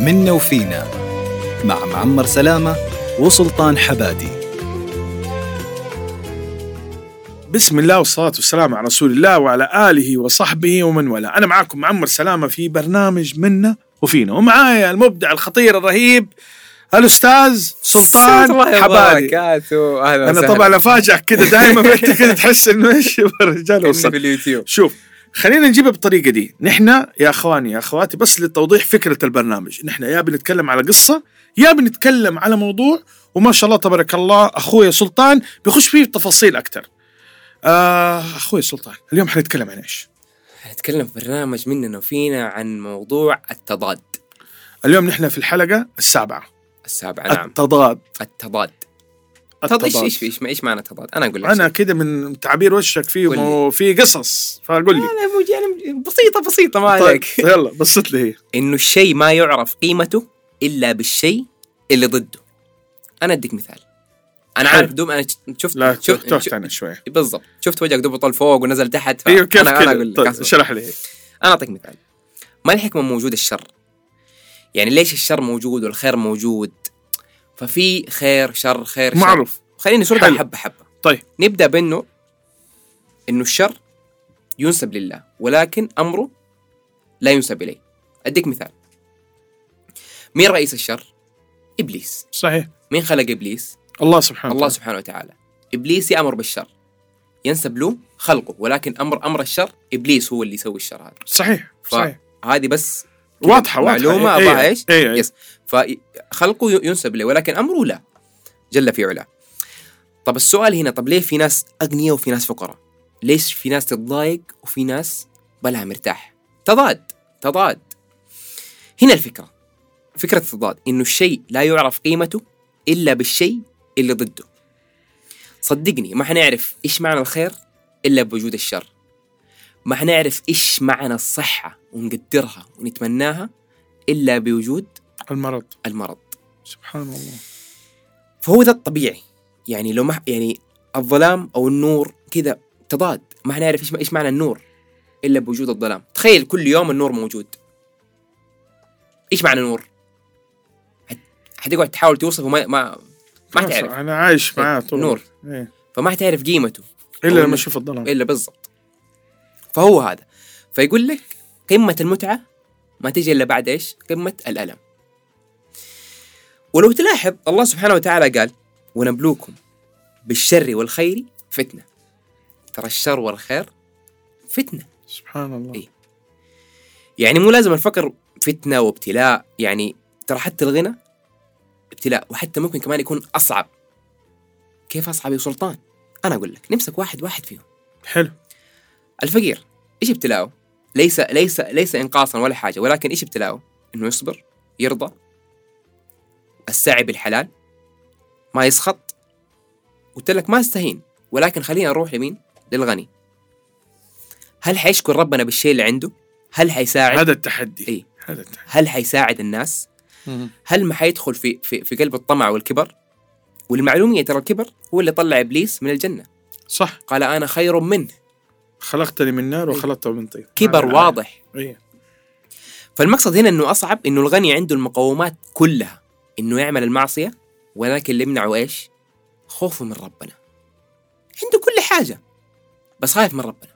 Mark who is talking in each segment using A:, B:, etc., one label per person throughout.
A: منا وفينا مع معمر سلامة وسلطان حبادي
B: بسم الله والصلاة والسلام على رسول الله وعلى آله وصحبه ومن والاه أنا معاكم معمر سلامة في برنامج منا وفينا ومعايا المبدع الخطير الرهيب الأستاذ سلطان حبادي
C: وبركاته اهلا
B: أنا
C: وسهلا
B: طبعا أفاجئك كذا دائما انت كذا تحس إنه إيش الرجال
C: كأني
B: وصل
C: باليوتيوب
B: شوف خلينا نجيبها بالطريقه دي نحن يا اخواني يا اخواتي بس للتوضيح فكره البرنامج نحن يا بنتكلم على قصه يا بنتكلم على موضوع وما شاء الله تبارك الله اخوي سلطان بيخش فيه تفاصيل اكثر آه اخوي سلطان اليوم حنتكلم عن ايش
C: هنتكلم في برنامج مننا وفينا عن موضوع التضاد
B: اليوم نحن في الحلقه السابعه
C: السابع نعم
B: التضاد
C: التضاد تضاد ايش
B: التضاد
C: ايش ايش ايش معنى تضاد؟ انا اقول لك
B: انا
C: شيء.
B: كده من تعبير وشك فيه
C: قول لي.
B: مو- في قصص فقول لي
C: انا مو- يعني بسيطه بسيطه ما
B: طيب
C: عليك
B: يلا بسط لي هي
C: انه الشيء ما يعرف قيمته الا بالشيء اللي ضده انا اديك مثال انا
B: حلو.
C: عارف دوب انا شفت
B: لا
C: شفت-
B: تحت انا شويه
C: بالضبط شفت وجهك دوب طال فوق ونزل تحت ف-
B: ايوه كيف
C: طيب، أنا- انا
B: كده
C: اقول لك
B: طيب،
C: أصبر.
B: شرح لي هي.
C: انا اعطيك مثال ما الحكمه من وجود الشر يعني ليش الشر موجود والخير موجود ففي خير شر خير شر
B: معروف
C: خليني نسردها
B: حلو.
C: حبه حبه
B: طيب
C: نبدا بانه انه الشر ينسب لله ولكن امره لا ينسب اليه اديك مثال مين رئيس الشر ابليس
B: صحيح
C: مين خلق ابليس
B: الله سبحانه
C: الله
B: وتعالى.
C: سبحانه وتعالى ابليس يامر بالشر ينسب له خلقه ولكن امر امر الشر ابليس هو اللي يسوي الشر هذا
B: صحيح صحيح
C: فهذه بس كده
B: واضحه واضحه
C: معلومه
B: إيه،
C: ابغاها ايش؟
B: إيه، إيه.
C: يس فخلقه ينسب له ولكن امره لا جل في علاه طب السؤال هنا طب ليه في ناس اغنياء وفي ناس فقراء؟ ليش في ناس تتضايق وفي ناس بلها مرتاح؟ تضاد تضاد هنا الفكره فكره التضاد انه الشيء لا يعرف قيمته الا بالشيء اللي ضده صدقني ما حنعرف ايش معنى الخير الا بوجود الشر ما حنعرف ايش معنى الصحه ونقدرها ونتمناها الا بوجود
B: المرض
C: المرض
B: سبحان الله
C: فهو ده الطبيعي يعني لو ما يعني الظلام او النور كذا تضاد ما حنعرف ايش ايش معنى النور الا بوجود الظلام تخيل كل يوم النور موجود ايش معنى النور هت- حتقعد تحاول توصفه ما ما ما حتعرف
B: انا عايش معاه طول
C: نور. إيه.
B: إيه.
C: فما حتعرف قيمته
B: الا
C: أول
B: لما
C: ما-
B: اشوف الظلام
C: الا بالضبط فهو هذا فيقول لك قمة المتعة ما تجي الا بعد ايش؟ قمة الألم ولو تلاحظ الله سبحانه وتعالى قال ونبلوكم بالشر والخير فتنة ترى الشر والخير فتنة
B: سبحان الله
C: إيه. يعني مو لازم نفكر فتنة وابتلاء يعني ترى حتى الغنى ابتلاء وحتى ممكن كمان يكون أصعب كيف أصعب يا سلطان؟ أنا أقول لك نمسك واحد واحد فيهم
B: حلو
C: الفقير ايش ابتلاؤه؟ ليس ليس ليس انقاصا ولا حاجه ولكن ايش ابتلاؤه؟ انه يصبر يرضى السعي بالحلال ما يسخط قلت لك ما استهين ولكن خلينا نروح لمين؟ للغني هل حيشكر ربنا بالشيء اللي عنده؟ هل حيساعد؟
B: هذا التحدي
C: إيه.
B: هذا التحدي
C: هل حيساعد الناس؟ هل ما حيدخل في في في قلب الطمع والكبر؟ والمعلومية ترى الكبر هو اللي طلع ابليس من الجنة،
B: صح
C: قال انا خير منه،
B: خلقتني من نار وخلقته من طين
C: إيه. كبر
B: أنا-
C: واضح
B: إيه.
C: فالمقصد هنا انه اصعب انه الغني عنده المقومات كلها انه يعمل المعصيه ولكن اللي يمنعه ايش؟ خوفه من ربنا. عنده كل حاجه بس خايف من ربنا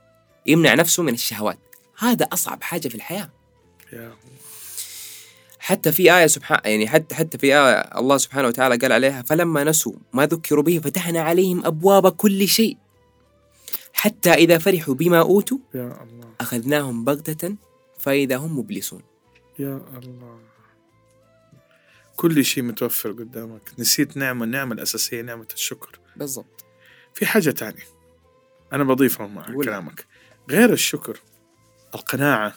C: يمنع نفسه من الشهوات هذا اصعب حاجه في الحياه
B: يا-
C: حتى في آية سبحان يعني حتى حتى في آية الله سبحانه وتعالى قال عليها فلما نسوا ما ذكروا به فتحنا عليهم أبواب كل شيء حتى إذا فرحوا بما أوتوا
B: يا الله
C: أخذناهم بغتة فإذا هم مبلسون
B: يا الله كل شيء متوفر قدامك نسيت نعمه النعمه الاساسيه نعمه الشكر
C: بالضبط
B: في حاجة تانية أنا بضيفها مع
C: قول.
B: كلامك غير الشكر القناعة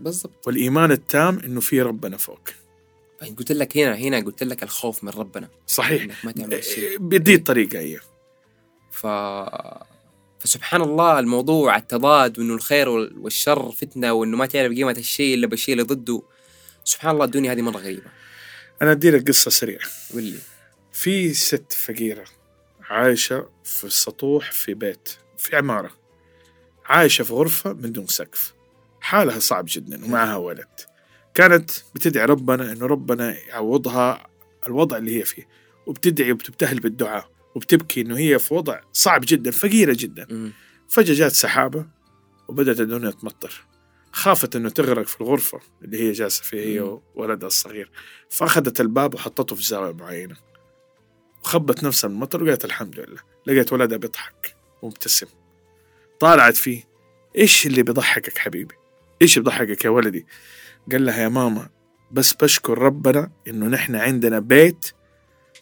C: بالضبط
B: والإيمان التام إنه في ربنا فوق
C: يعني قلت لك هنا هنا قلت لك الخوف من ربنا
B: صحيح
C: انك ما تعمل نعم، شيء
B: بدي الطريقة هي
C: ف فسبحان الله الموضوع التضاد وانه الخير وال- والشر فتنه وانه ما تعرف قيمه الشيء الا بالشيء اللي ضده سبحان الله الدنيا هذه مره غريبه
B: أنا أدي لك قصة سريعة
C: قول لي
B: في ست فقيرة عايشة في السطوح في بيت في عمارة عايشة في غرفة من دون سقف حالها صعب جدا ومعها ولد كانت بتدعي ربنا انه ربنا يعوضها الوضع اللي هي فيه وبتدعي وبتبتهل بالدعاء وبتبكي انه هي في وضع صعب جدا فقيره جدا
C: مم.
B: فجأة جات سحابة وبدأت الدنيا تمطر خافت انه تغرق في الغرفة اللي هي جالسة فيها هي
C: مم.
B: وولدها الصغير فأخذت الباب وحطته في زاوية معينة وخبت نفسها من المطر وقالت الحمد لله لقيت ولدها بيضحك ومبتسم طالعت فيه ايش اللي بيضحكك حبيبي ايش بيضحكك يا ولدي قال لها يا ماما بس بشكر ربنا انه نحن عندنا بيت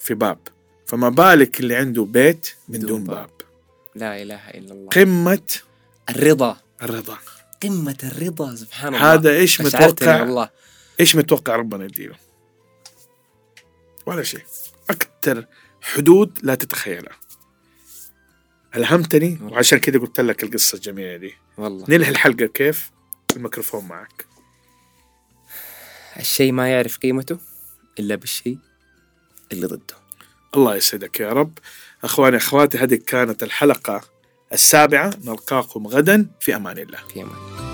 B: في باب فما بالك اللي عنده بيت من
C: بدون
B: دون
C: باب.
B: باب
C: لا اله الا الله
B: قمة
C: الرضا
B: الرضا
C: قمه الرضا سبحان الله
B: هذا ايش
C: مشعرتني
B: متوقع
C: والله
B: ايش متوقع ربنا يديله ولا شيء اكثر حدود لا تتخيلها الهمتني وعشان كذا قلت لك القصه الجميله دي
C: والله
B: ننهي الحلقه كيف الميكروفون معك
C: الشيء ما يعرف قيمته الا بالشيء اللي ضده
B: الله يسعدك يا رب اخواني اخواتي هذه كانت الحلقه السابعه نلقاكم غدا في امان الله
C: في امان